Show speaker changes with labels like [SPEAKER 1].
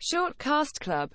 [SPEAKER 1] Shortcast Club